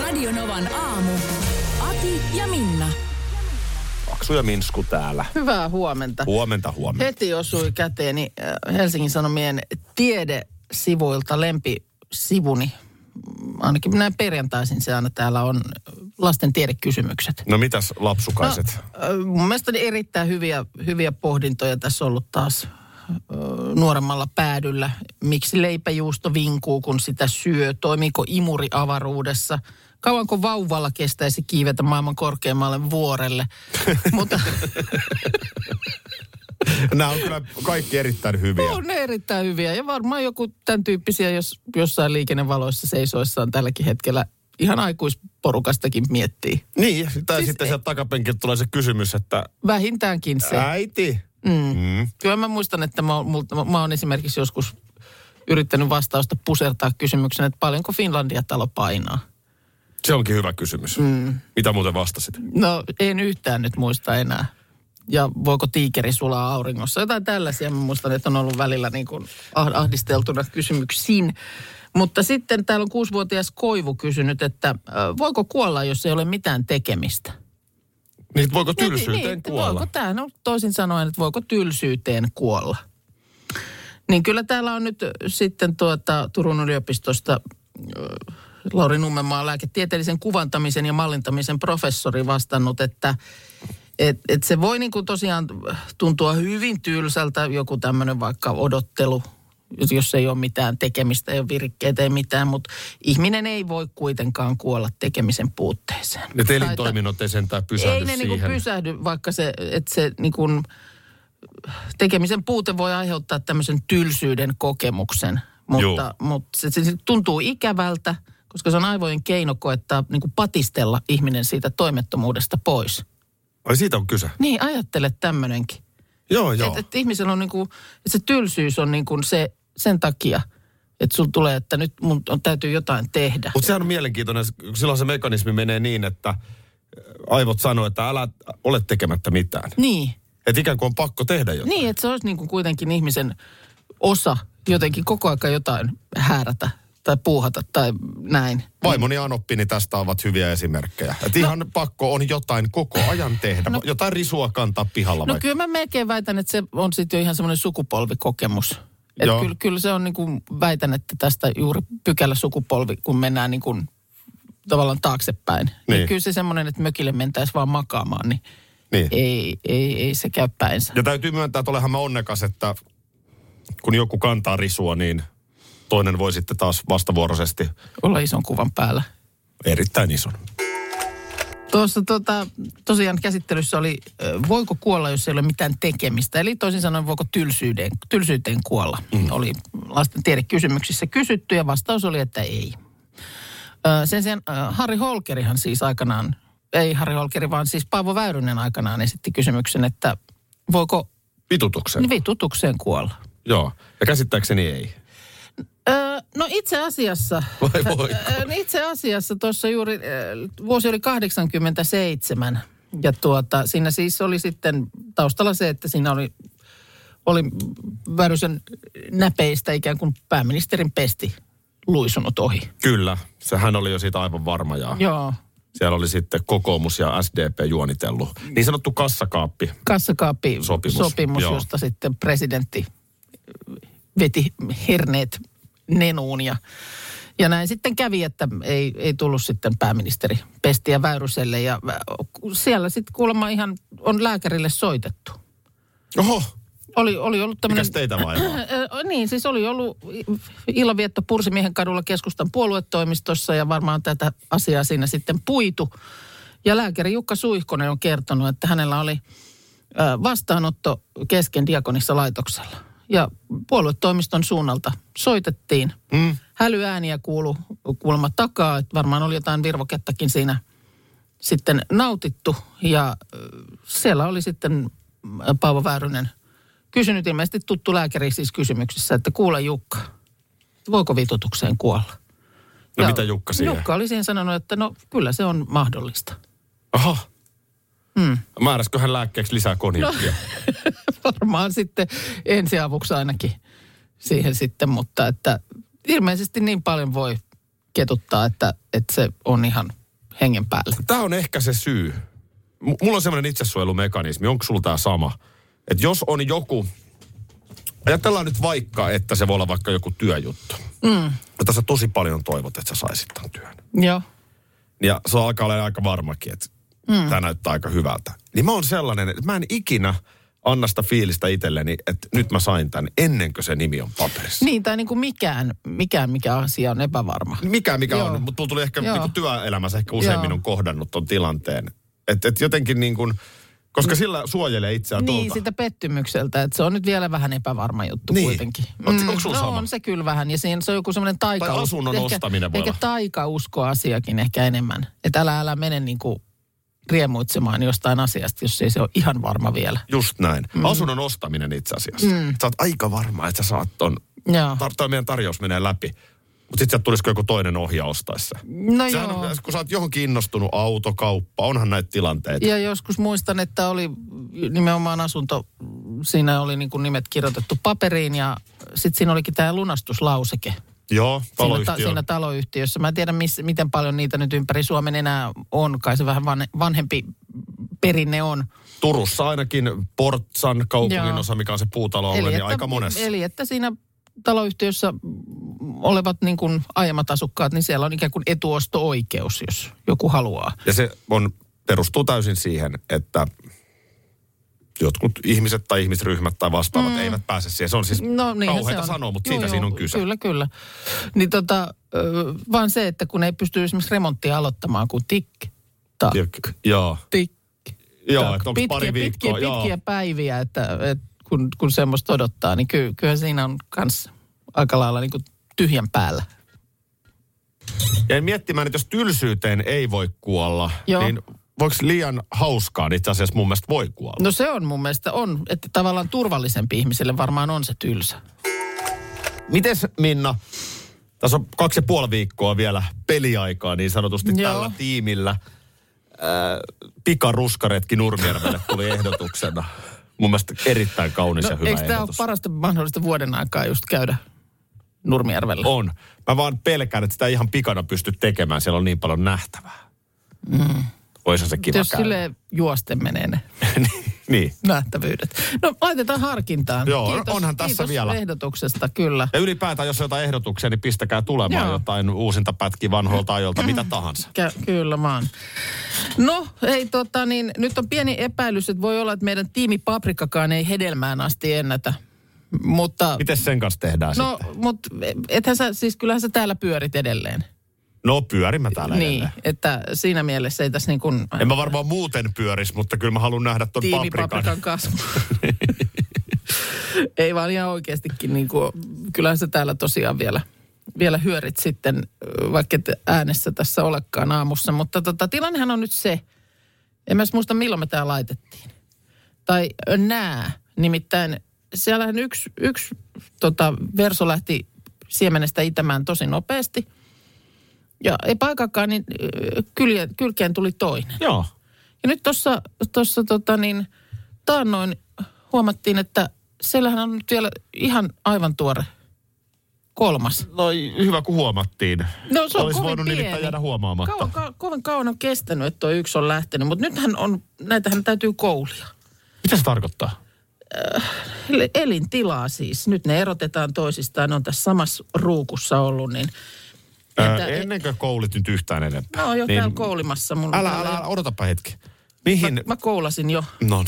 Radionovan aamu. Ati ja Minna. Aksu ja Minsku täällä. Hyvää huomenta. Huomenta huomenta. Heti osui käteeni äh, Helsingin Sanomien tiedesivuilta lempisivuni. Ainakin minä perjantaisin se aina täällä on äh, lasten tiedekysymykset. No mitäs lapsukaiset? Äh, Mun mielestäni erittäin hyviä, hyviä pohdintoja tässä on ollut taas äh, nuoremmalla päädyllä. Miksi leipäjuusto vinkuu, kun sitä syö? Toimiiko imuri avaruudessa? Kauanko vauvalla kestäisi kiivetä maailman korkeammalle vuorelle? Mutta Nämä on kyllä kaikki erittäin hyviä. No. On ne erittäin hyviä ja varmaan joku tämän tyyppisiä, jos jossain liikennevaloissa seisoissaan tälläkin hetkellä ihan aikuisporukastakin miettii. Niin, tai Siis sitten ei- sieltä takapenkiltä tulee se kysymys, että Vähintäänkin se. äiti. Mm. Mm. Kyllä mä muistan, että mä, oon- multa- mä, mä oon esimerkiksi joskus yrittänyt vastausta pusertaa kysymyksen, että paljonko Finlandia-talo painaa. Se onkin hyvä kysymys. Mm. Mitä muuten vastasit? Niin, No en yhtään nyt muista enää. Ja voiko tiikeri sulaa auringossa? Jotain tällaisia mä muistan, että on ollut välillä niin kuin ah- ahdisteltuna kysymyksiin. Mutta sitten täällä on kuusivuotias Koivu kysynyt, että ö, voiko kuolla, jos ei ole mitään tekemistä? Niin, voiko Niin, tylsyyteen niin, että kuolla? Voiko tämä, no toisin sanoen, että voiko tylsyyteen kuolla? Niin kyllä täällä on nyt sitten tuota Turun yliopistosta ö, Lauri Nummenmaa lääketieteellisen kuvantamisen ja mallintamisen professori vastannut, että et, et se voi niin kuin tosiaan tuntua hyvin tylsältä, joku tämmöinen vaikka odottelu, jos- jos ei ole mitään tekemistä, ei ole virikkeitä, ei mitään, mutta ihminen ei voi kuitenkaan kuolla tekemisen puutteeseen. Ne Tai että- elintoiminnot ei sentään pysähdy ei ne siihen. niinku pysähdy, vaikka se, että se niinku, tekemisen puute voi aiheuttaa tämmöisen tylsyyden kokemuksen. Mutta, mutta se, se, se tuntuu ikävältä, koska se on aivojen keino koettaa niinku patistella ihminen siitä toimettomuudesta pois. Ai siitä on kyse. Niin, ajattele tämmöinenkin. Joo, joo. Että et ihmisellä on niinku, et se tylsyys on niinku se, sen takia, että sul tulee, että nyt mun on, täytyy jotain tehdä. Mutta sehän on mielenkiintoinen, silloin se mekanismi menee niin, että aivot sanoo, että älä ole tekemättä mitään. Niin. Että ikään kuin on pakko tehdä jotain. Niin, että se olisi niin kuin kuitenkin ihmisen osa jotenkin koko aika jotain häärätä tai puuhata tai näin. Vaimoni ja Anoppini tästä ovat hyviä esimerkkejä. Et ihan pakko on jotain koko ajan tehdä. No, jotain risua kantaa pihalla No vaikka. kyllä mä melkein väitän, että se on sitten jo ihan semmoinen sukupolvikokemus. Et Joo. kyllä, kyllä se on niin kuin, väitän, että tästä juuri pykälä sukupolvi, kun mennään niin kuin tavallaan taaksepäin. Niin. Niin. Ja kyllä se semmoinen, että mökille mentäisiin vaan makaamaan, niin, Niin. Ei, ei, ei se käy päinsä. Ja täytyy myöntää, että olenhan mä onnekas, että kun joku kantaa risua, niin toinen voi sitten taas vastavuoroisesti Olla ison kuvan päällä. erittäin ison. Tuossa tota, tosiaan käsittelyssä oli, ö, voiko kuolla, jos ei ole mitään tekemistä. Eli toisin sanoen, voiko tylsyyteen, tylsyyteen kuolla. Mm. Oli lasten tiedekysymyksissä kysytty ja vastaus oli, että ei. Ö, Sen sijaan ö, Harri Holkerihan siis aikanaan, ei Harri Holkeri, vaan siis Paavo Väyrynen aikanaan esitti kysymyksen, että voiko niin Vitutuksen. vitutukseen kuolla. Joo. Ja käsittääkseni ei. Öö, no itse asiassa, Vai voiko? öö, no itse asiassa tuossa juuri öö, vuosi oli 87 ja tuota, siinä siis oli sitten taustalla se, että siinä oli, oli Väyrysen näpeistä ikään kuin pääministerin pesti luisunut ohi. Kyllä. Sehän oli jo siitä aivan varma. Ja Joo, siellä oli sitten kokoomus ja SDP juonitellut. Niin sanottu kassakaappi. kassakaappi Sopimus, sopimus, sopimus joo. josta sitten presidentti veti herneet nenuun ja, ja näin sitten kävi, että ei, ei tullut sitten pääministeri Pestiä Väyryselle ja vä- siellä sitten kuulemma ihan on lääkärille soitettu. Oho, Oli, oli ollut tämmöinen... mikäs teitä vaivaa? No Ö, Niin, siis oli ollut illanvietto Pursimiehen kadulla keskustan puoluetoimistossa ja varmaan tätä asiaa siinä sitten puitu. Ja lääkäri Jukka Suihkonen on kertonut, että hänellä oli ö, vastaanotto kesken diakonissa laitoksella. Ja puoluetoimiston suunnalta soitettiin. Mm. hälyääniä kuulu kuulemma takaa. Että varmaan oli jotain virvokettakin siinä sitten nautittu. Ja ö, siellä oli sitten ö, Paavo Väyrynen kysynyt ilmeisesti tuttu lääkäri siis kysymyksessä, että kuule Jukka, voiko vitutukseen kuolla? No mitä Jukka siihen? Jukka oli siinä sanonut, että no kyllä se on mahdollista. Aha. Hmm. Määräskö hän lääkkeeksi lisää konjakkia? varmaan sitten ensiavuksi ainakin siihen sitten, mutta että ilmeisesti niin paljon voi ketuttaa, että, että se on ihan hengen päälle. Tämä on ehkä se syy. M- mulla on semmoinen itsesuojelumekanismi. Onko sulla tämä sama? Että jos on joku, ajatellaan nyt vaikka, että se voi olla vaikka joku työjuttu. Mm. Että sä tosi paljon toivot, että sä saisit tämän työn. Joo. Ja se alkaa olla aika varmakin, että mm. tämä näyttää aika hyvältä. Niin mä oon sellainen, että mä en ikinä anna sitä fiilistä itselleni, että nyt mä sain tämän ennen kuin se nimi on paperissa. Niin, tai niin kuin mikään, mikään, mikä asia on epävarma. Mikä mikä Joo. on, mutta mulla tuli ehkä Joo. niin kuin työelämässä ehkä useimmin Joo. on kohdannut ton tilanteen. Että et jotenkin niin kuin, koska sillä suojelee itseään Mm. Niin, tuolta. sitä pettymykseltä, että se on nyt vielä vähän epävarma juttu Niin. kuitenkin. Oot- onko sulla no sama? on se kyllä vähän, ja siinä se on joku semmoinen taika. Tai asunnon ostaminen voi Ehkä olla. taikauskoasiakin ehkä enemmän. Että älä, älä mene niin kuin riemuitsemaan jostain asiasta, jos ei se ole ihan varma vielä. Just näin. Mm. Asunnon ostaminen itse asiassa. Mm. Sä oot aika varma, että sä saat ton, Joo. tar- toi meidän tarjous menee läpi. Mutta sitten tulisiko joku toinen ohjaus tässä? No Sehän joo. on, kun sä oot johonkin innostunut, autokauppa, onhan näitä tilanteita. Ja joskus muistan, että oli nimenomaan asunto, siinä oli niin kuin nimet kirjoitettu paperiin ja sitten siinä olikin tämä lunastuslauseke Joo, siinä, taloyhtiö. siinä taloyhtiössä. Mä en tiedä, miss, miten paljon niitä nyt ympäri Suomen enää on, kai se vähän vanhe, vanhempi perinne on. Turussa ainakin Portsan kaupungin osa, mikä on se puutaloalue, niin aika monessa. eli että siinä taloyhtiössä olevat niin kuin aiemmat asukkaat, niin siellä on ikään kuin etuosto-oikeus, jos joku haluaa. Ja se on, perustuu täysin siihen, että jotkut ihmiset tai ihmisryhmät tai vastaavat mm. eivät pääse siihen. Se on siis No niin, kauheita sanoa, mutta siitä siinä on kyse. Kyllä, kyllä. Niin tota, ö, vaan se, että kun ei pysty esimerkiksi remonttia aloittamaan, kun tik, tak, Ja- Joo, tik, joo tak. että onko pitkiä, pari pitkiä, viikkoa. joo. pitkiä päiviä, että, et, kun, kun semmoista odottaa, niin ky, kyllä siinä on kans aika lailla niin kuin tyhjän päällä. Jäin miettimään, että jos tylsyyteen ei voi kuolla, Joo. niin voiko liian hauskaan itse asiassa mun mielestä voi kuolla? No se on mun mielestä on, että tavallaan turvallisempi ihmiselle varmaan on se tylsä. Mites Minna, tässä on kaksi ja puoli viikkoa vielä peliaikaa niin sanotusti Joo. Joo. tällä tiimillä. Äh, pikaruskaretki Nurmijärvelle tuli ehdotuksena. Mun mielestä erittäin kaunis ja hyvä No, eikö tämä ole ehdotus. parasta mahdollista vuoden aikaa just käydä Nurmijärvellä? on. Mä vaan pelkään, että sitä ei ihan pikana pysty tekemään. Siellä on niin paljon nähtävää. Mm. Oishan se kiva Jos käydä. sille juosten menee ne. niin. nähtävyydet. No laitetaan harkintaan. Joo, onhan tässä kiitos vielä. ehdotuksesta, kyllä. Ja ylipäätään, jos on jotain ehdotuksia, niin pistäkää tulemaan Joo. Joo. jotain uusinta pätkiä vanhoilta ajoilta, mitä tahansa. Kä- kyllä vaan. No, ei tota niin, nyt on pieni epäilys, että voi olla, että meidän tiimi Paprikakaan ei hedelmään asti ennätä. Mutta, Miten sen kanssa tehdään no, sitten? mutta ethän sä, siis kyllähän sä täällä pyörit edelleen. No pyörimme täällä niin, edelleen. että siinä mielessä ei tässä niin kuin En mä varmaan muuten pyöris, mutta kyllä mä haluan nähdä ton tiimi paprikan. Paprikan kasvu. ei vaan ihan oikeastikin, niin kuin, kyllähän sä täällä tosiaan vielä, vielä hyörit sitten, ö, vaikka et äänessä tässä olekaan aamussa. Mutta tota, tilannehan on nyt se, en mä edes muista milloin me tää laitettiin. Tai ö, nää, nimittäin siellähän yksi, yksi tota, verso lähti siemenestä itämään tosi nopeasti. Ja ei paikakaan, niin ö, kylje, kylkeen tuli toinen. Joo. Ja nyt tuossa tossa, tota niin, taannoin huomattiin, että siellähän on nyt vielä ihan aivan tuore kolmas. No hyvä, kun huomattiin. No se on Olisi kovin voinut pieni. nimittäin jäädä huomaamatta. Kauan, ka, kovin kauan on kestänyt, että tuo yksi on lähtenyt, mutta nythän on, näitähän täytyy koulia. Mitä se tarkoittaa? Eli Elintilaa siis. Nyt ne erotetaan toisistaan, ne on tässä samassa ruukussa ollut, niin... Ää, Entä- ennen kuin koulit nyt yhtään enempää. No on jo niin, niin, täällä koulimassa. Mulla älä, älä, älä, odotapa hetki. Mihin, Mä koulasin jo. no.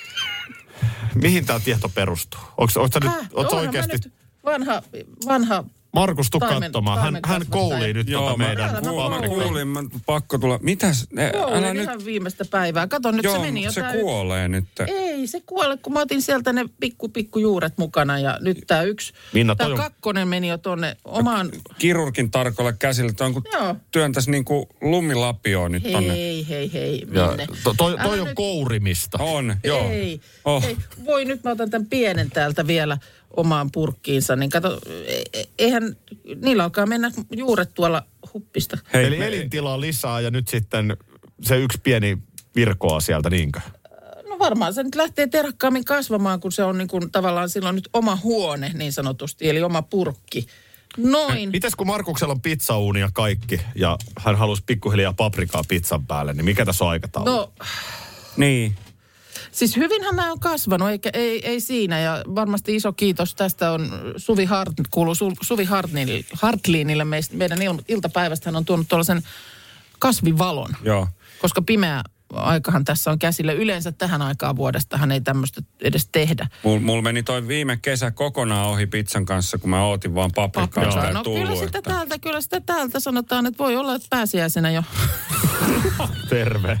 Mihin tämä tieto perustuu? Onko, onko nyt, Häh, oot sä oonhan Äh, mä oikeasti... nyt vanha, vanha Markus, tuu Taimen- katsomaan. Hän, taimen hän koulii kasvattaja. nyt tota Joo, mä, meidän Täällä mä kuul, mä kuulin. kuulin, mä pakko tulla. Mitäs? Ne, Joo, älä nyt... nyt. ihan viimeistä päivää. Kato, nyt se Joo, meni mut se jotain. kuolee nyt. Ei se kuole, kun mä otin sieltä ne pikku, pikku juuret mukana ja nyt tämä yksi, Minna, tämä toi on- kakkonen meni jo tuonne omaan, Äh, Kirurgin tarkoilla käsillä. Tämä on kuin Joo. työntäisi niin kuin lumilapioon nyt tonne. hei, hei, hei, Ja, minne. to, toi, Älä toi on nyt- kourimista. On, joo. Ei, Oh. ei, voi nyt mä otan tämän pienen täältä vielä omaan purkkiinsa, niin kato, e- e- eihän, niillä alkaa mennä juuret tuolla huppista. Hei, Eli me- elintilaa lisää ja nyt sitten se yksi pieni virkoa sieltä, niinkö? No varmaan se nyt lähtee terakkaammin kasvamaan, kun se on niin kuin, tavallaan silloin nyt oma huone niin sanotusti, eli oma purkki. Noin. Mites kun Markuksella on pizzauuni ja kaikki ja hän halusi pikkuhiljaa paprikaa pizzan päälle, niin mikä tässä on aikataulu? No, Niin. Siis hyvinhän nämä on kasvanut, eikä, ei, ei siinä. Ja varmasti iso kiitos tästä on Suvi Hart, kuuluu Su- Suvi Hartnil- Hartliinille. Meist, meidän il, iltapäivästä hän on tuonut tuollaisen kasvivalon. Joo. Koska pimeä aikahan tässä on käsillä. Yleensä tähän aikaan vuodestahan ei tämmöistä edes tehdä. Mulla mul meni toi viime kesä kokonaan ohi pizzan kanssa, kun mä ootin vaan paprikaa. Paprikaa. sitä ei No kyllä tullut, sitä että- täältä, kyllä sitä täältä sanotaan, että voi olla, että pääsiäisenä jo. Terve.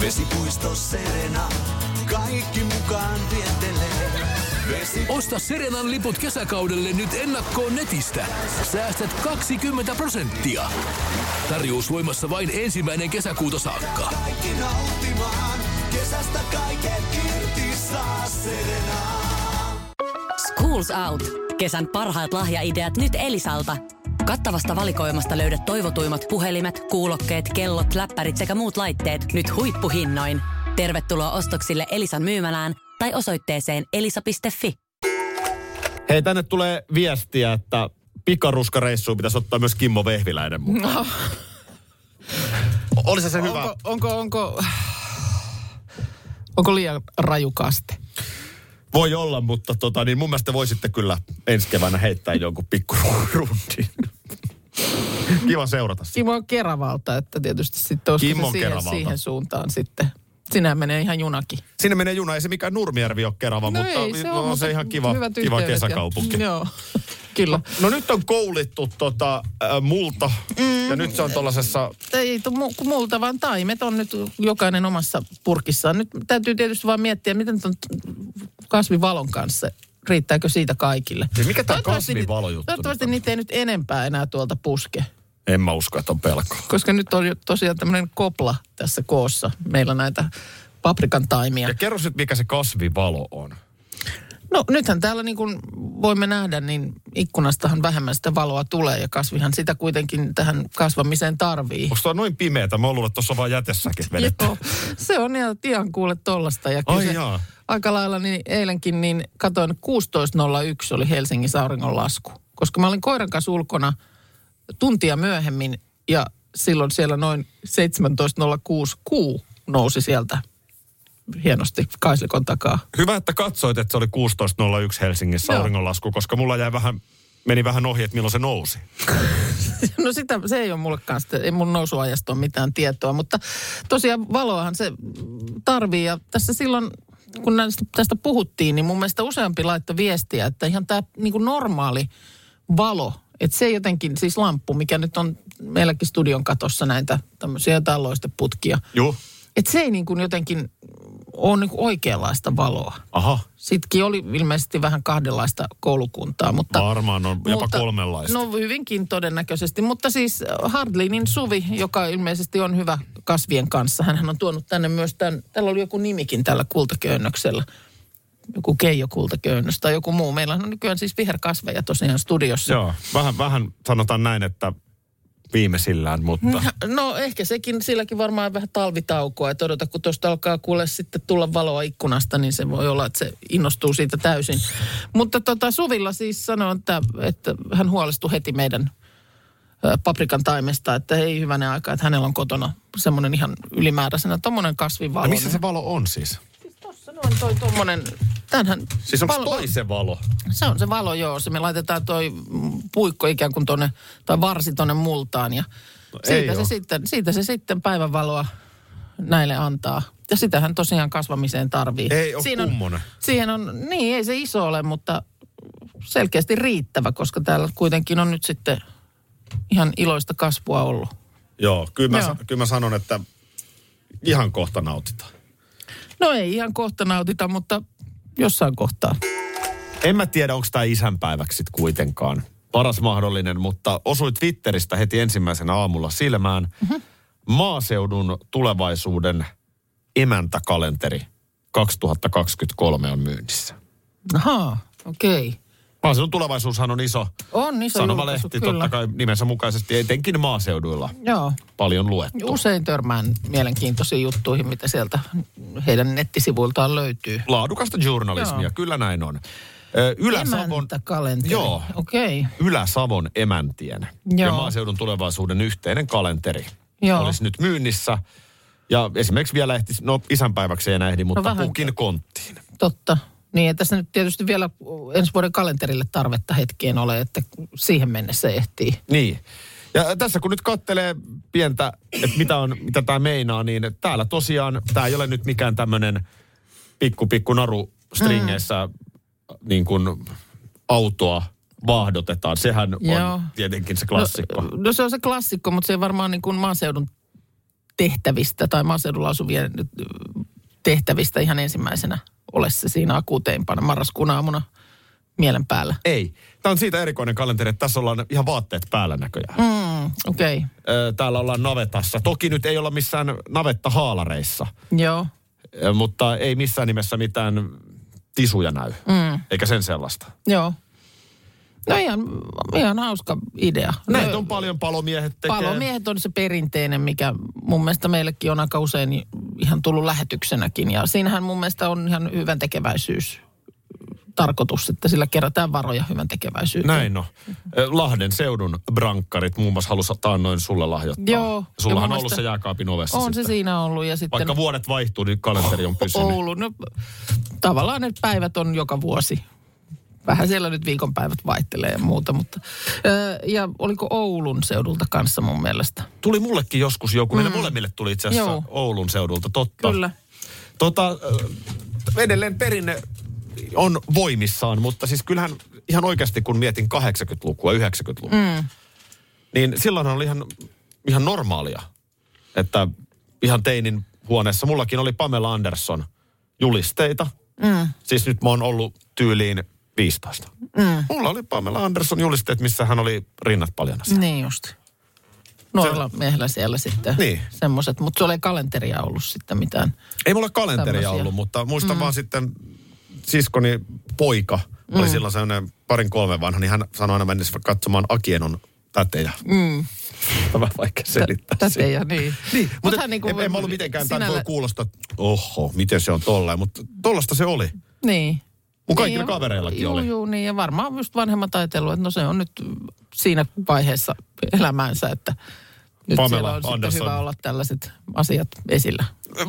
Vesipuisto Serena, kaikki mukaan vientelee. Vesi... Osta Serenan liput kesäkaudelle nyt ennakkoon netistä. Säästät 20 prosenttia. Tarjous voimassa vain ensimmäinen kesäkuuta saakka. Kaikki nauttimaan, kesästä kaiken irti saa Serena. Schools Out. Kesän parhaat lahjaideat nyt Elisalta. Kattavasta valikoimasta löydät toivotuimmat puhelimet, kuulokkeet, kellot, läppärit sekä muut laitteet nyt huippuhinnoin. Tervetuloa ostoksille Elisan myymälään tai osoitteeseen elisa.fi. Hei, tänne tulee viestiä, että pikaruskareissuun pitäisi ottaa myös Kimmo Vehviläinen mukaan. No. Olisi se hyvä. Onko, onko, onko, onko liian rajukaste? Voi olla, mutta tota, niin mun mielestä voisitte kyllä ensi keväänä heittää jonkun pikkurundin. Kiva seurata sitä. Kimmo on Keravalta, että tietysti sitten olisiko Kimmo Kimmo on siihen, Keravalta. siihen suuntaan sitten. Sinä menee ihan junakin. Sinne menee juna, ei se mikään Nurmijärvi ole kerava, no mutta ei, se on, on mutta se ihan kiva, hyvät kiva yhteydet ja- kesäkaupunki. Joo, kyllä. No nyt on koulittu tota, äh, multa mm. ja nyt se on tuollaisessa Ei tu- mu- kun multa, vaan taimet on nyt jokainen omassa purkissaan. Nyt täytyy tietysti vaan miettiä, miten tuon kasvivalon kanssa, riittääkö siitä kaikille. Siis mikä tää Toivottavasti ni- kasvivalojuttu nyt Toivottavasti on? niitä ei nyt enempää enää tuolta puske. En mä usko, että on pelko. Koska nyt on jo tosiaan tämmöinen kopla tässä koossa. Meillä näitä paprikan taimia. Ja kerro nyt, mikä se kasvivalo on. No nythän täällä niin kuin voimme nähdä, niin ikkunastahan vähemmän sitä valoa tulee ja kasvihan sitä kuitenkin tähän kasvamiseen tarvii. Onko tuo noin pimeätä? Mä luulen, että tuossa on vaan jätessäkin vedetty. Joo, se on ihan tian kuule tollasta. Ja Ai kyllä se jaa. aika lailla niin eilenkin niin katoin 16.01 oli Helsingin auringon lasku. Koska mä olin koiran kanssa ulkona tuntia myöhemmin ja silloin siellä noin 17.06 kuu nousi sieltä hienosti kaislikon takaa. Hyvä, että katsoit, että se oli 16.01 Helsingissä Joo. auringonlasku, koska mulla jäi vähän, meni vähän ohi, että milloin se nousi. No sitä, se ei ole mullekaan, sitä, ei mun nousuajasta ole mitään tietoa, mutta tosiaan valoahan se tarvii ja tässä silloin, kun näistä, tästä puhuttiin, niin mun mielestä useampi laittoi viestiä, että ihan tämä niin normaali valo, että se jotenkin, siis lamppu, mikä nyt on meilläkin studion katossa näitä tämmöisiä jotain loisteputkia, Joo. että se ei niin kuin jotenkin ole niin kuin oikeanlaista valoa. Aha. Sitkin oli ilmeisesti vähän kahdenlaista koulukuntaa, mutta... Varmaan on jopa kolmenlaista. No hyvinkin todennäköisesti, mutta siis Hardlinin Suvi, joka ilmeisesti on hyvä kasvien kanssa, hän on tuonut tänne myös tämän, täällä oli joku nimikin tällä kultaköynnöksellä. Joku Keijo kultaköynnös tai joku muu. Meillä on nykyään siis viherkasveja tosiaan studiossa. Joo. Vähän, vähän sanotaan näin, että viimeisillään, mutta... No ehkä sekin, silläkin varmaan vähän talvitaukoa. Että odota, kun tuosta alkaa kuule sitten tulla valoa ikkunasta, niin se voi olla, että se innostuu siitä täysin. Mutta tota, Suvilla siis sanoi, että, että hän huolestui heti meidän ö, paprikan taimesta, että ei hyvänä aika, että hänellä on kotona semmoinen ihan ylimääräisenä tommonen kasvivalo. Ja missä se valo on siis? Tuossa noin toi tommonen, tämähän... Siis onko valo- toi se valo? se on se valo, joo. Se me laitetaan toi mm, puikko ikään kuin tonne, tai varsi tonne multaan. Ja No ei siitä, se oo. sitten, siitä se sitten päivänvaloa näille antaa. Ja sitähän tosiaan kasvamiseen tarvii. Ei oo on, kummonen. Siihen on, niin ei se iso ole, mutta selkeästi riittävä, koska täällä kuitenkin on nyt sitten ihan iloista kasvua ollut. Joo, kyllä mä, Joo. sa- kyllä mä sanon, että ihan kohta nautitaan. No ei ihan kohta nautita, mutta jossain kohtaa. En mä tiedä, onko tämä isänpäiväksi sit kuitenkaan paras mahdollinen, mutta osui Twitteristä heti ensimmäisenä aamulla silmään mm-hmm. maaseudun tulevaisuuden emäntäkalenteri 2023 on myynnissä. Ahaa, okei. Okay. Maaseudun tulevaisuushan on iso, On iso sanomalehti julkaisu, totta kyllä. kai nimensä mukaisesti, etenkin maaseuduilla Joo. paljon luettu. Usein törmään mielenkiintoisiin juttuihin, mitä sieltä heidän nettisivuiltaan löytyy. Laadukasta journalismia, Joo. kyllä näin on. Ö, Ylä-Savon, Emäntäkalenteri. Joo. Okei. Okay. Ylä-Savon emäntien Joo. ja Joo. maaseudun tulevaisuuden yhteinen kalenteri Joo. Joo. olisi nyt myynnissä. Ja esimerkiksi vielä ehtis, no isänpäiväksi ei enää ehdi, mutta no vähän. pukin konttiin. Totta. Niin, ja tässä nyt tietysti vielä ensi vuoden kalenterille tarvetta hetkeen ole, että siihen mennessä ehtii. No, Niin. Ja tässä kun nyt kattelee pientä, että mitä, on, mitä tämä meinaa, niin täällä tosiaan, tämä ei ole nyt mikään tämmöinen pikku pikku naru stringeissä mm. niin kuin autoa vaahdotetaan. Sehän Joo. on tietenkin se klassikko. No, no se on se klassikko, mutta se ei varmaan niin kuin maaseudun tehtävistä tai maaseudulla asuvien ö, tehtävistä ihan ensimmäisenä ole se siinä akuuteimpana marraskuun aamuna mielen päällä. Ei. Tämä on siitä erikoinen kalenteri, että tässä ollaan ihan vaatteet päällä näköjään. Mm. Mm, Okei, okay. Täällä ollaan navetassa. Toki nyt ei olla missään navetta haalareissa, joo. mutta ei missään nimessä mitään tisuja näy. Mm. Eikä sen sellaista. Joo. No ihan, ihan hauska idea. Näitä No, on paljon palomiehet tekee. Palomiehet on se perinteinen, mikä mun mielestä meillekin on aika usein ihan tullut lähetyksenäkin. Ja siinähän mun mielestä on ihan hyvän tekeväisyys tarkoitus, että sillä kerätään varoja hyvän tekeväisyyteen. Näin on. Eh, Lahden seudun brankkarit muun muassa halusi taannoin sulle lahjoittaa. Joo. Ja mun Sullahan on ollut mielestä- se jääkaapin ovessa On se sitten. siinä ollut ja sitten Vaikka vuodet vaihtuu, niin kalenteri on pysynyt. Oulu. No, tavallaan ne päivät on joka vuosi. Vähän siellä nyt viikonpäivät vaihtelee ja muuta, mutta... Ö, Ja oliko Oulun seudulta kanssa mun mielestä? Tuli mullekin joskus joku. Meille molemmille tuli itse asiassa Mm. Joo. Oulun seudulta, totta. Kyllä. Tota, äh, edelleen perinne on voimissaan, mutta siis kyllähän ihan oikeasti kun mietin 80-lukua, 90-lukua, mm. niin silloin oli ihan, ihan normaalia, että ihan teinin huoneessa. Mullakin oli Pamela Anderson julisteita. Mm. Siis nyt mä oon ollut tyyliin 15. Mm. Mulla oli Pamela Anderson julisteet, missä hän oli rinnat paljana. Mm. Niin just. Nuorella se... miehellä siellä sitten Niin. semmoiset, mutta sulla ei kalenteria ollut sitten mitään. Ei mulla kalenteria Tämmösiä. ollut, mutta muistan mm. vaan sitten siskoni poika mm. oli silloin sellainen parin kolmen vanha, niin hän sanoi aina mennessä katsomaan Akienon tätejä. Mm. Vähän vaikea selittää. Tätä sitä. ei ole niin. Niin, mutta hän en, niinku- en, en mä ollut mitenkään, sinällä... voi sinällä- kuulostaa, että oho, miten se on tollain, mutta tollasta se oli. Niin. Mun kaikilla niin, ja- kavereillakin juu, oli. Juu, niin ja varmaan just vanhemmat ajatellut, että no se on nyt siinä vaiheessa elämäänsä, että nyt Pamela siellä on Anderson. sitten hyvä olla tällaiset asiat esillä.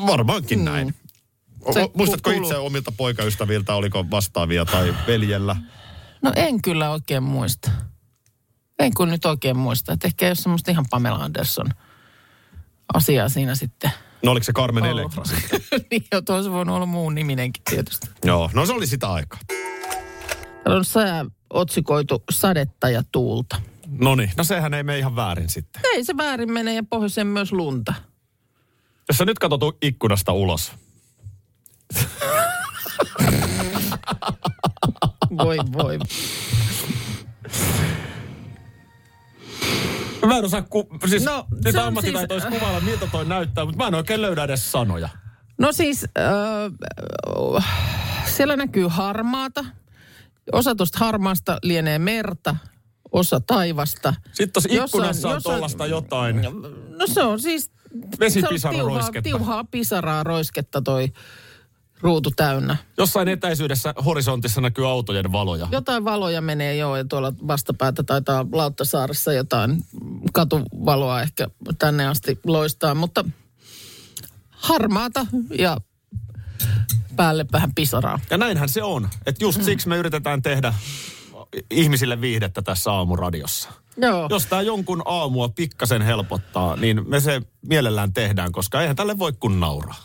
Varmaankin mm. näin. O- Se o- Muistatko kuuluu. itse omilta poikaystäviltä, oliko vastaavia tai veljellä? No en kyllä oikein muista. En kun nyt oikein muista, että ehkä ei ole semmoista ihan Pamela Anderson asiaa siinä sitten. No oliko se Carmen ollut. Electra sitten? niin, että olisi voinut olla muun niminenkin tietysti. Joo, no se oli sitä aikaa. Täällä on sää otsikoitu sadetta ja tuulta. No niin, no sehän ei mene ihan väärin sitten. Ei se väärin mene ja pohjoiseen myös lunta. Jos sä nyt katsot u- ikkunasta ulos. Voi voi. Mä en osaa, ku, siis no, No, nyt se on ammattitaito siis... siis- olisi kuvailla, miltä toi näyttää, mutta mä en oikein löydä edes sanoja. No siis, äh, siellä näkyy harmaata. Osa tuosta harmaasta lienee merta. osa taivasta. Sitten tuossa Jossain- ikkunassa on jossain- tuollaista jotain. No se on siis... Vesipisara se on tiuhaa, roisketta. tiuhaa pisaraa roisketta toi ruutu täynnä. Jossain etäisyydessä horisontissa näkyy autojen valoja. Jotain valoja menee joo ja tuolla vastapäätä taitaa Lauttasaaressa jotain katuvaloa ehkä tänne asti loistaa, mutta harmaata ja päälle vähän pisaraa. Ja näinhän se on. Että just siksi me yritetään tehdä ihmisille viihdettä tässä aamuradiossa. Joo. Jos tämä jonkun aamua pikkasen helpottaa, niin me se mielellään tehdään, koska eihän tälle voi kun nauraa.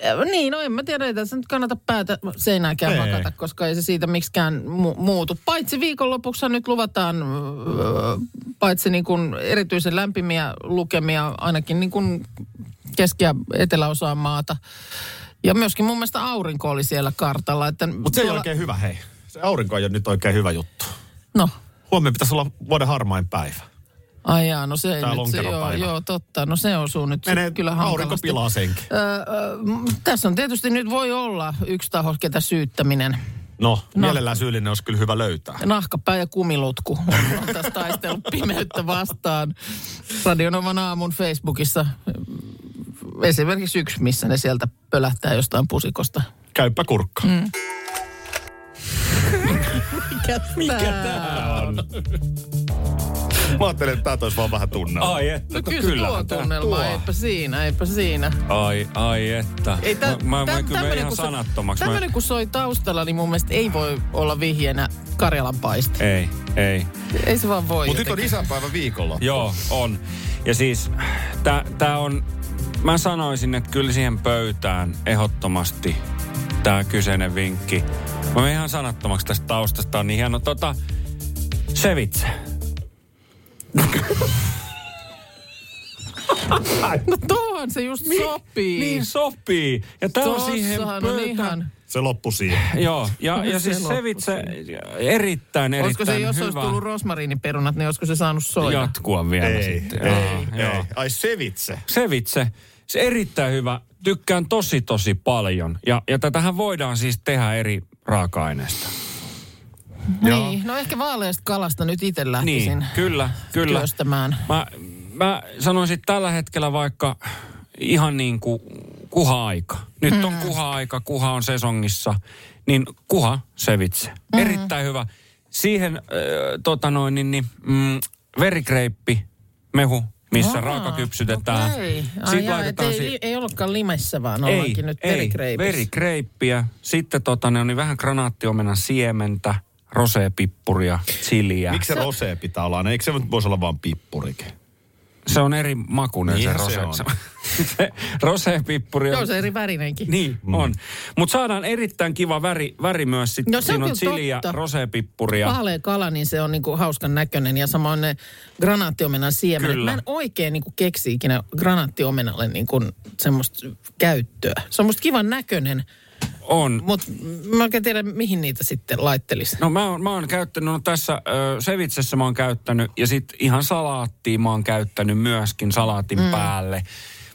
Eh, Niin, no en mä tiedä, ei tässä nyt kannata päätä seinäänkään Ei. ei. hakata, koska ei se siitä miksikään mu- muutu. Paitsi viikonlopuksi nyt luvataan, öö, paitsi niin kuin erityisen lämpimiä lukemia, ainakin niin kuin keski- ja eteläosaan maata. Ja myöskin mun mielestä aurinko oli siellä kartalla. Että Mutta se ei ole oikein hyvä, hei. Se aurinko ei ole nyt oikein hyvä juttu. No, Huomenna pitäisi olla vuoden harmain päivä. ai jaa, no se ei Tää nyt, se, joo, lonkeropäivä. joo, totta, no se osuu nyt sit Menee, kyllä aurinko hankalasti. pilaa senkin. Öö, öö, m- tässä on tietysti nyt voi olla yksi taho, ketä syyttäminen. No, no. mielellään syyllinen olisi kyllä hyvä löytää. Nahkapää ja kumilutku on tässä taistellut pimeyttä vastaan. Radionovan aamun Facebookissa esimerkiksi yksi, missä ne sieltä pölähtää jostain pusikosta. Käypä kurkka. Mm. Mikä tää? Mä ajattelin, että täältä olisi vaan vähän tunnella. Ai että, No kyllä, kyllä tuo tunnelma, tuo. eipä siinä, eipä siinä. Ai, ai että. Ei, tä, mä, mä, tä- mä kyllä menen tämmönen, ihan kun se- sanattomaksi. Mä, Tämmönen kun soi taustalla, niin mun mielestä ei voi olla vihjeenä Karjalan paisti. ei, ei. Ei se vaan voi Mutta nyt jotenkin. on isänpäivä viikolla. Joo, on. Ja siis tämä on, mä sanoisin, että kyllä siihen pöytään ehdottomasti tämä kyseinen vinkki. Mä menen ihan sanattomaksi tästä taustasta, tää on niin hieno. Tota, Sevitse. No tuohon se just sopii. Niin sopii. Ja tämä on siihen Tossahan on pöytään. ihan... Se loppui siihen. Joo, ja, ja Se siis loppui Sevitse erittäin, erittäin Olisiko se, jos hyvä. olisi tullut rosmariiniperunat, niin olisiko se saanut soida? jatkua vielä sitten. ei, joo. ei. Ah, Ai sevitse. Se vitse, se erittäin hyvä. Tykkään tosi tosi paljon. Ja, ja tätähän voidaan siis tehdä eri raaka-aineista. Niin, no ehkä vaaleasta kalasta nyt itse lähtisin Niin, kyllä, kyllä. työstämään. Mä, mä sanoisin että tällä hetkellä vaikka ihan niin kuin kuha-aika. Nyt Mm. on kuha-aika, kuha on sesongissa. Niin kuha, se vitse. Mm-hmm. Erittäin hyvä. Siihen, äh, tota noin, niin, niin mm, verikreippi, mehu, missä Aa, raaka kypsytetään. Okei. Ai jaa, et ei, si- si- ei ollutkaan limessä, vaan No ollaankin nyt verikreipissä. verikreippiä. Sitten tota, ne on niin vähän granaattiomenan siementä, rosepippuria, chiliä. Miksi se rosee pitää olla aina? Eikö se nyt voisi olla vaan pippurikin? Se on eri makuinen Niinhän se rose. Niin se Se on. se rosepippuri on... Joo, se eri värinenkin. Niin, mm. on. Mutta saadaan erittäin kiva väri, väri myös sitten. No se on Siinä on kyllä chiliä, totta. rosepippuria. Vaalea kala, niin se on niinku hauskan näköinen ja samoin ne granaattiomenan siemenet. Kyllä. Mä en oikein niinku keksi ikinä granaattiomenalle niinku semmoista käyttöä. Se on musta kivan näköinen, On. mutta mä oikein tiedä, mihin niitä sitten laittelisi. No mä oon, mä oon käyttänyt, no tässä ö, sevitsessä mä oon käyttänyt ja sit ihan salaattia mä oon käyttänyt myöskin salaatin mm. päälle.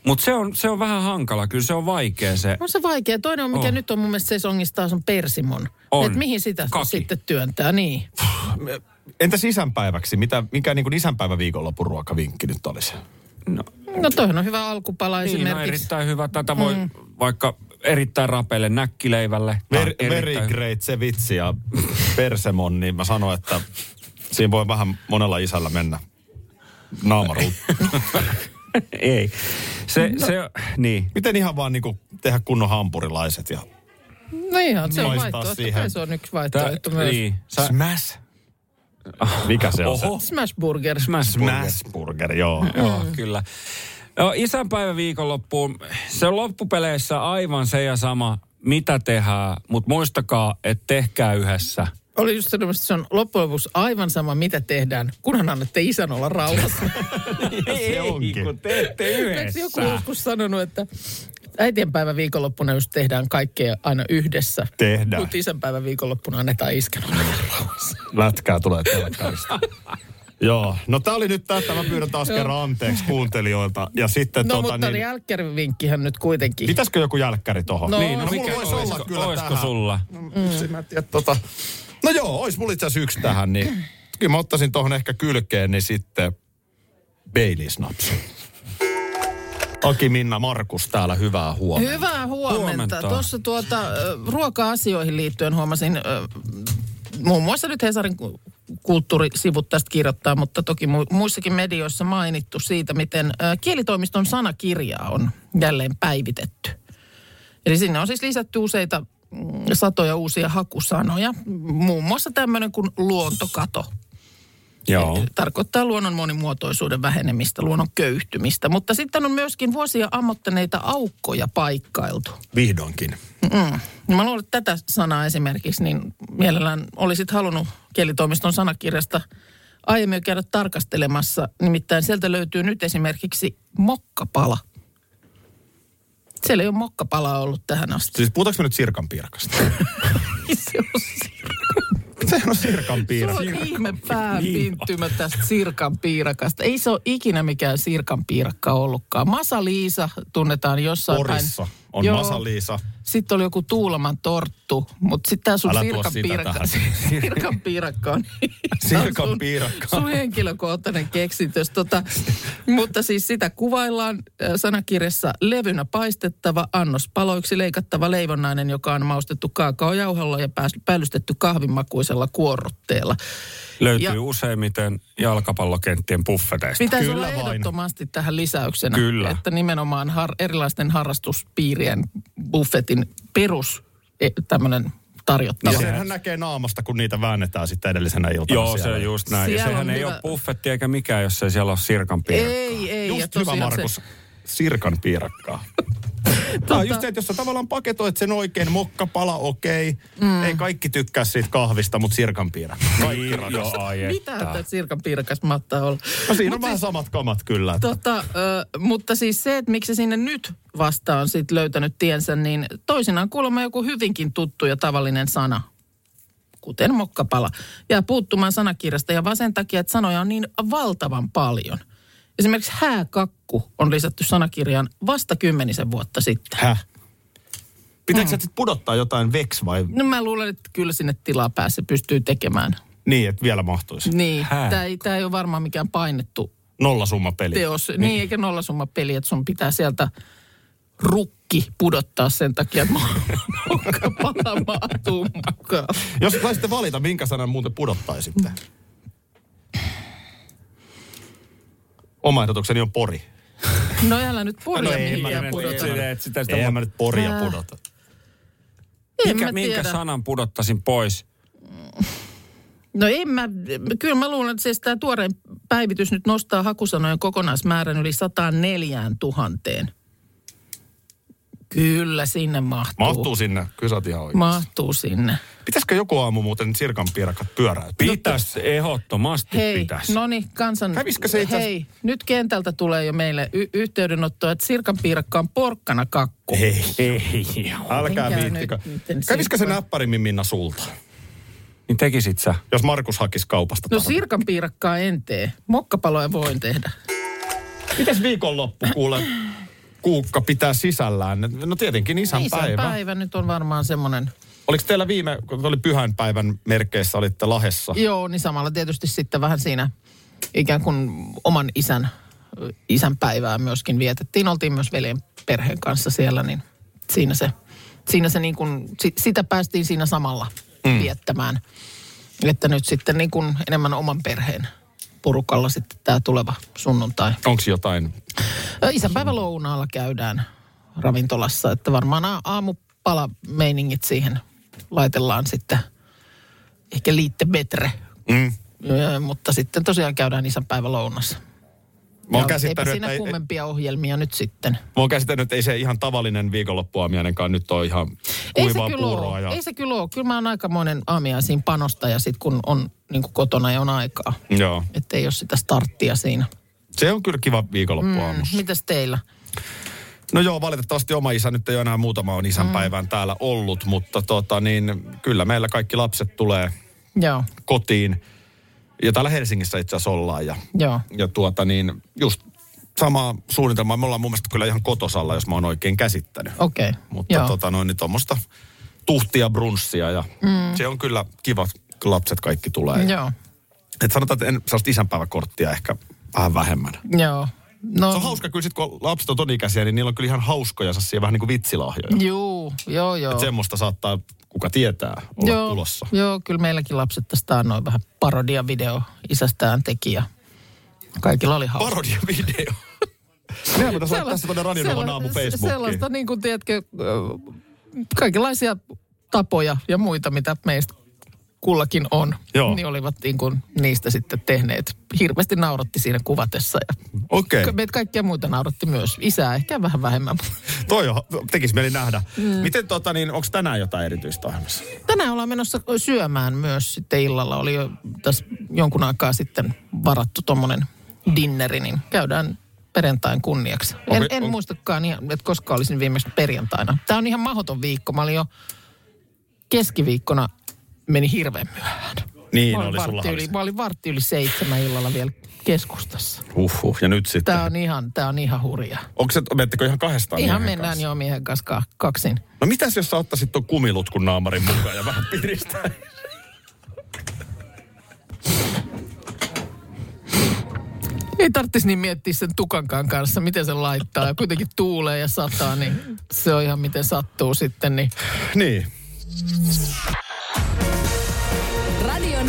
Mutta se on, se on vähän hankala, kyllä se on vaikea se. On No se vaikea. Toinen on, mikä On. nyt on mun mielestä sesongissa taas on persimon. On. Et mihin sitä Kaki. sitten työntää, niin. Entäs isänpäiväksi? Mitä, mikä niin kuin isänpäivä viikonlopun ruokavinkki nyt olisi? No, No toihan on hyvä alkupala niin, no esimerkiksi. erittäin hyvä. Tätä voi mm. vaikka erittäin rapeille näkkileivälle. Tää on Ver, very erittäin- great se vitsi ja persemon, niin mä sanoin, että siinä voi vähän monella isällä mennä naamaruut. Ei. Se, no. se, niin. Miten ihan vaan niin kuin tehdä kunnon hampurilaiset ja no ihan, se on Maistaa vaihtoehto. siihen. Kai se on yksi vaihtoehto myös. niin. Sä, smash? Mikä se on Oho. se? Smashburger. smash burger. Smashburger, joo. Joo, Mm. kyllä. No, isänpäivän viikonloppuun, se on loppupeleissä aivan se ja sama, mitä tehdään, mutta muistakaa, että tehkää yhdessä. Oli just sanomassa, että se on loppujen lopuksi aivan sama, mitä tehdään, kunhan annatte isän olla rauhassa. se onkin. kun teette Eikö joku yhdessä. joskus sanonut, että äitienpäivän viikonloppuna just tehdään kaikkea aina yhdessä. Tehdään. Mutta isänpäivän viikonloppuna annetaan iskän olla rauhassa. Lätkää tulee telkkarista. Joo, no tää oli nyt tätä. Mä pyydän taas kerran anteeksi kuuntelijoilta. Ja sitten No tota mutta niin... niin... jälkkärivinkkihän nyt kuitenkin. Pitäisikö joku jälkkäri tohon? No. Niin, no, No, mulla mikä, voisi olla olisiko, kyllä olisiko tähän. sulla? Mm. Mä en tiedä, tota... No joo, ois mulla itse asiassa yksi tähän, niin kyllä mä ottaisin tuohon ehkä kylkeen, niin sitten Baileys napsu. Aki, Minna, Markus täällä, hyvää huomenta. Hyvää huomenta. Huomenta. Tuossa tuota, ö, ruoka-asioihin liittyen huomasin, ö, muun muassa nyt Hesarin kulttuurisivut tästä kirjoittaa, mutta toki mu- muissakin medioissa mainittu siitä, miten ö, kielitoimiston sanakirjaa on jälleen päivitetty. Eli sinne on siis lisätty useita mm, satoja uusia hakusanoja, muun muassa tämmöinen kuin luontokato. Joo. Tarkoittaa luonnon monimuotoisuuden vähenemistä, luonnon köyhtymistä, mutta sitten on myöskin vuosia ammottaneita aukkoja paikkailtu. Vihdoinkin. Ja Niin mä luulen, että tätä sanaa esimerkiksi, niin mielellään olisit halunnut kielitoimiston sanakirjasta aiemmin jo käydä tarkastelemassa. Nimittäin sieltä löytyy nyt esimerkiksi mokkapala. Siellä ei ole mokkapalaa ollut tähän asti. Siis puhutaanko me nyt sirkan piirakasta? Se on sir- Sehän on niin sirkan Sulla piirakka. on ihme pääpinttymä tästä sirkan piirakasta. Ei se ole ikinä mikään sirkan piirakka ollutkaan. Masa Liisa tunnetaan jossain Porissa päin. on Joo. Masa-Liisa. Sitten oli joku Tuulaman torttu, mutta sitten tämä sun Älä tuo sirkan sitä piirakka, tähän. sirkan piirakka on Sirkan on sun- piirakka. Sun henkilökohtainen keksitös. Tota, mutta siis sitä kuvaillaan äh, sanakirjassa levynä paistettava, annos paloiksi leikattava leivonnainen, joka on maustettu kaakaojauhalla ja pääs- päällystetty kahvinmakuisella kuorrutteella. Löytyy Ja- ja... useimmiten jalkapallokenttien buffeteista. Pitäisi Kyllä olla vain. ehdottomasti tähän lisäyksenä, Kyllä. että nimenomaan har- erilaisten harrastuspiirien buffetin perus e- tämmöinen No, tarjottava. senhän näkee naamasta, kun niitä väännetään sitten edellisenä iltana Joo, se siellä. on just näin. Siellä ja on sehän ei hyvä- ole buffetti eikä mikään, jos ei siellä ole sirkan piirakka. Ei, ei. ja Just hyvä tosiaan se- Markus. Sirkan piirakkaa. Tämä Tota- on just se, että jos sä tavallaan paketoit sen oikein, mokkapala okei, mm. ei kaikki tykkää siitä kahvista, mutta sirkan piirakka. Kaikki Niin, joo, rakastaa. ai Mitä että. tämä sirkan piirakas mahtaa olla? No siinä on Mut vähän siis- samat kamat kyllä. että- Tota, ö, mutta siis se, että miksi se sinne nyt vasta on sit löytänyt tiensä, niin toisinaan kuulemma joku hyvinkin tuttu ja tavallinen sana, kuten mokkapala, jää puuttumaan sanakirjasta ja vaan sen takia, että sanoja on niin valtavan paljon. Esimerkiksi hääkakku on lisätty sanakirjaan vasta kymmenisen vuotta sitten. Häh? Pitääkö mm. sitten pudottaa jotain veks vai No mä luulen, että kyllä sinne tilaa päässä pystyy tekemään. niin, että vielä mahtuisi? Niin, Hääkakku. tämä ei, tää ei ole varmaan mikään painettu Nollasumma peli. teos. Niin, niin eikä nollasumma peli, että sun pitää sieltä rukki pudottaa sen takia, että mokka palaa maatuu mukaan. Jos saisitte valita, minkä sanan muuten pudottaisitte? Oma ehdotukseni on pori. No älä nyt poria No no, ei, mä mihinkään en- pudota. ei, Sitä- että sitä- sitä- Ei mä nyt poria pudota. En Mikä, mä minkä tiedä. sanan pudottaisin pois? No en mä, kyllä mä luulen, että siis tämä tuorein päivitys nyt nostaa hakusanojen kokonaismäärän yli 104 000. Kyllä sinne mahtuu. Mahtuu sinne, kyllä sä oot ihan oikein. Mahtuu sinne. Pitäisikö joku aamu muuten sirkan piirakat pyöräyttää? Pitäisi, ehdottomasti Hei, pitäisi. no niin, kansan... Kävisikö se itse Hei, nyt kentältä tulee jo meille y- yhteydenottoa, että sirkanpiirakka on porkkana kakku. Ei. Ei, joo. Älkää Menkää viittikö. nyt niitten Kävisikö se sirkan- näppärimmin Minna sulta, Niin tekisit sä. jos Markus hakisi kaupasta? No tarve? sirkanpiirakkaa en tee. Mokkapaloja voin tehdä. Mites viikonloppu kuule? Kuukka pitää sisällään. No tietenkin isänpäivä. isänpäivä. päivä nyt on varmaan semmoinen. Oliko teillä viime, kun oli pyhänpäivän merkeissä, olitte Lahessa? Joo, niin samalla tietysti sitten vähän siinä ikään kuin oman isän, isän päivää myöskin vietettiin. Oltiin myös veljen perheen kanssa siellä, niin siinä se, siinä se niin kuin, si- sitä päästiin siinä samalla mm. viettämään. Että nyt sitten niin kuin enemmän oman perheen porukalla sitten tämä tuleva sunnuntai. Onko jotain? Ö, Isänpäivä lounaalla käydään ravintolassa, että varmaan a- aamupala meiningit siihen laitellaan sitten ehkä liitte metre. Mm. Ö, Mutta sitten tosiaan käydään isänpäivä lounassa. Mä oon, Ja eipä käsittänyt, siinä että ei, mä kummempia ohjelmia nyt sitten. oon käsittänyt, että ei se ihan tavallinen viikonloppuaamiainenkaan nyt ole ihan Ei se kuivaa kyllä puuroa. ole. Ja... Ei se kyllä ole. Kyllä mä oon aikamoinen aamiaisiin panostaja sit kun on niin kuin kotona ja on aikaa. Joo. Että ei ole sitä starttia siinä. Se on kyllä kiva viikonloppuaamu. Mm, mitäs teillä? No joo, valitettavasti oma isä nyt ei ole enää muutama on Mm. isänpäivään täällä ollut, mutta tota, niin, kyllä meillä kaikki lapset tulee Joo, kotiin. Ja täällä Helsingissä itse asiassa ollaan ja, joo. ja tuota niin, just samaa suunnitelmaa. Me ollaan mun mielestä kyllä ihan kotosalla, jos mä oon oikein käsittänyt. Okei. Mutta Joo. tota noin, niin tuommoista tuhtia brunssia ja mm. se on kyllä kiva, kun lapset kaikki tulee. Joo. että sanotaan, että en sellaista isänpäiväkorttia ehkä vähän vähemmän. Joo. No, Se on hauska kyllä sit, kun lapset on ton ikäisiä, niin niillä on kyllä ihan hauskoja sellaisia vähän niin kuin vitsilahjoja. Juu, joo, joo. Et semmoista saattaa, kuka tietää, olla joo, tulossa. Joo, kyllä meilläkin lapset tästä annoin vähän parodiavideo isästään teki ja kaikilla oli hauska. Parodiavideo. Mehän pitäisi laittaa semmoinen radionovan aamu Facebookiin. Sellaista niin kuin, tiedätkö, ö, kaikenlaisia tapoja ja muita, mitä meistä kullakin on, Joo. niin olivat niin kuin, niistä sitten tehneet. Hirveästi nauratti siinä kuvatessa ja Okei, okay. meitä kaikkia muita nauratti myös. Isää ehkä vähän vähemmän. toi on, tekis mieli nähdä. Mm. Miten tota niin, onko tänään jotain erityistä ohjelmassa? Tänään ollaan menossa syömään myös sitten illalla. Oli jo tässä jonkun aikaa sitten varattu tuommoinen dinneri, niin käydään perjantain kunniaksi. En, Onko- en on- muistakaan, ihan, että koska olisin viimeksi perjantaina. Tämä on ihan mahoton viikko. Mä olin jo keskiviikkona, meni hirveän myöhään. Niin Mä olin, oli, sulla vartti yli, oli. mä olin vartti yli seitsemän illalla vielä keskustassa. Uhuh, ja nyt sitten. Tämä on ihan, tää on ihan hurja. Onko se, menettekö ihan kahdestaan Ihan miehen mennään kanssa? jo miehen kanssa ka- kaksin. No mitäs jos sä ottaisit ton kumilutkun naamarin mukaan ja vähän piristää? Ei tarvitsisi niin miettiä sen tukankaan kanssa, miten se laittaa. Ja kuitenkin tuulee ja sataa, niin se on ihan miten sattuu sitten. Niin. niin. Radio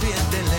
vientelee.